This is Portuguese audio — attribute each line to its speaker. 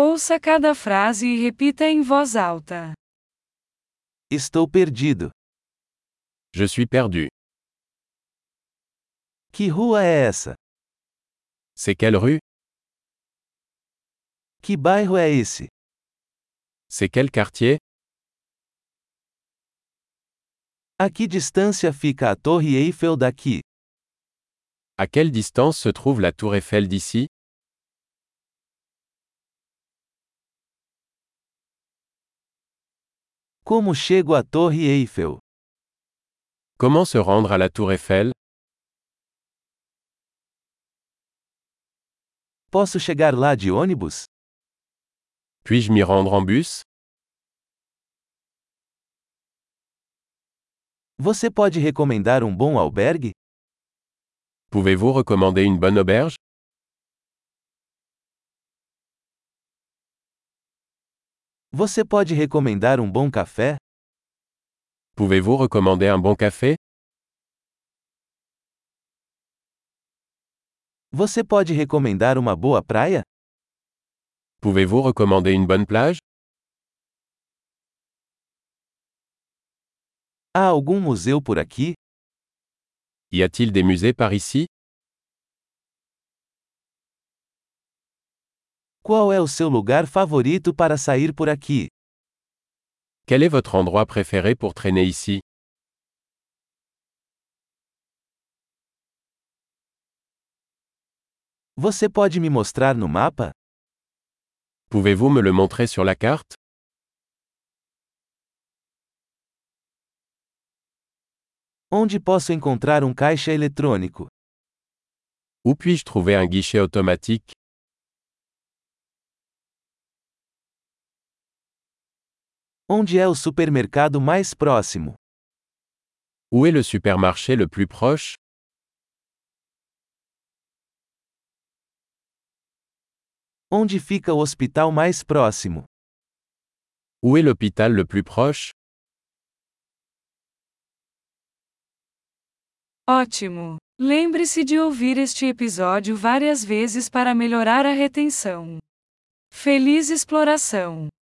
Speaker 1: Ouça cada frase e repita em voz alta.
Speaker 2: Estou perdido.
Speaker 3: Je suis perdu.
Speaker 2: Que rua é essa?
Speaker 3: C'est quelle rue
Speaker 2: Que bairro é esse?
Speaker 3: C'est quel quartier
Speaker 2: A que distância fica a Torre Eiffel daqui?
Speaker 3: À quelle distance se trouve la tour Eiffel d'ici
Speaker 2: Como chego à Torre Eiffel?
Speaker 3: Comment se rendre à la tour Eiffel
Speaker 2: Posso chegar lá de ônibus?
Speaker 3: Puis-je m'y rendre en bus
Speaker 2: Você pode recomendar um bom albergue?
Speaker 3: Pouvez-vous recommander une bonne auberge
Speaker 2: Você pode recomendar um bom café?
Speaker 3: Pouvez-vous recommander un bon café
Speaker 2: Você pode recomendar uma boa praia?
Speaker 3: Pouvez-vous recommander une bonne plage
Speaker 2: Há algum museu por aqui?
Speaker 3: Y a-t-il des musées par ici
Speaker 2: Qual é o seu lugar favorito para sair por aqui?
Speaker 3: Quel est votre endroit préféré pour traîner ici
Speaker 2: Você pode me mostrar no mapa?
Speaker 3: Pouvez-vous me le montrer sur la carte
Speaker 2: Onde posso encontrar um caixa eletrônico?
Speaker 3: Où puis-je trouver un guichet automatique
Speaker 2: Onde é o supermercado mais próximo?
Speaker 3: Où est le supermarché le plus proche
Speaker 2: Onde fica o hospital mais próximo?
Speaker 3: Où est l'hôpital le plus proche
Speaker 1: Ótimo! Lembre-se de ouvir este episódio várias vezes para melhorar a retenção. Feliz exploração!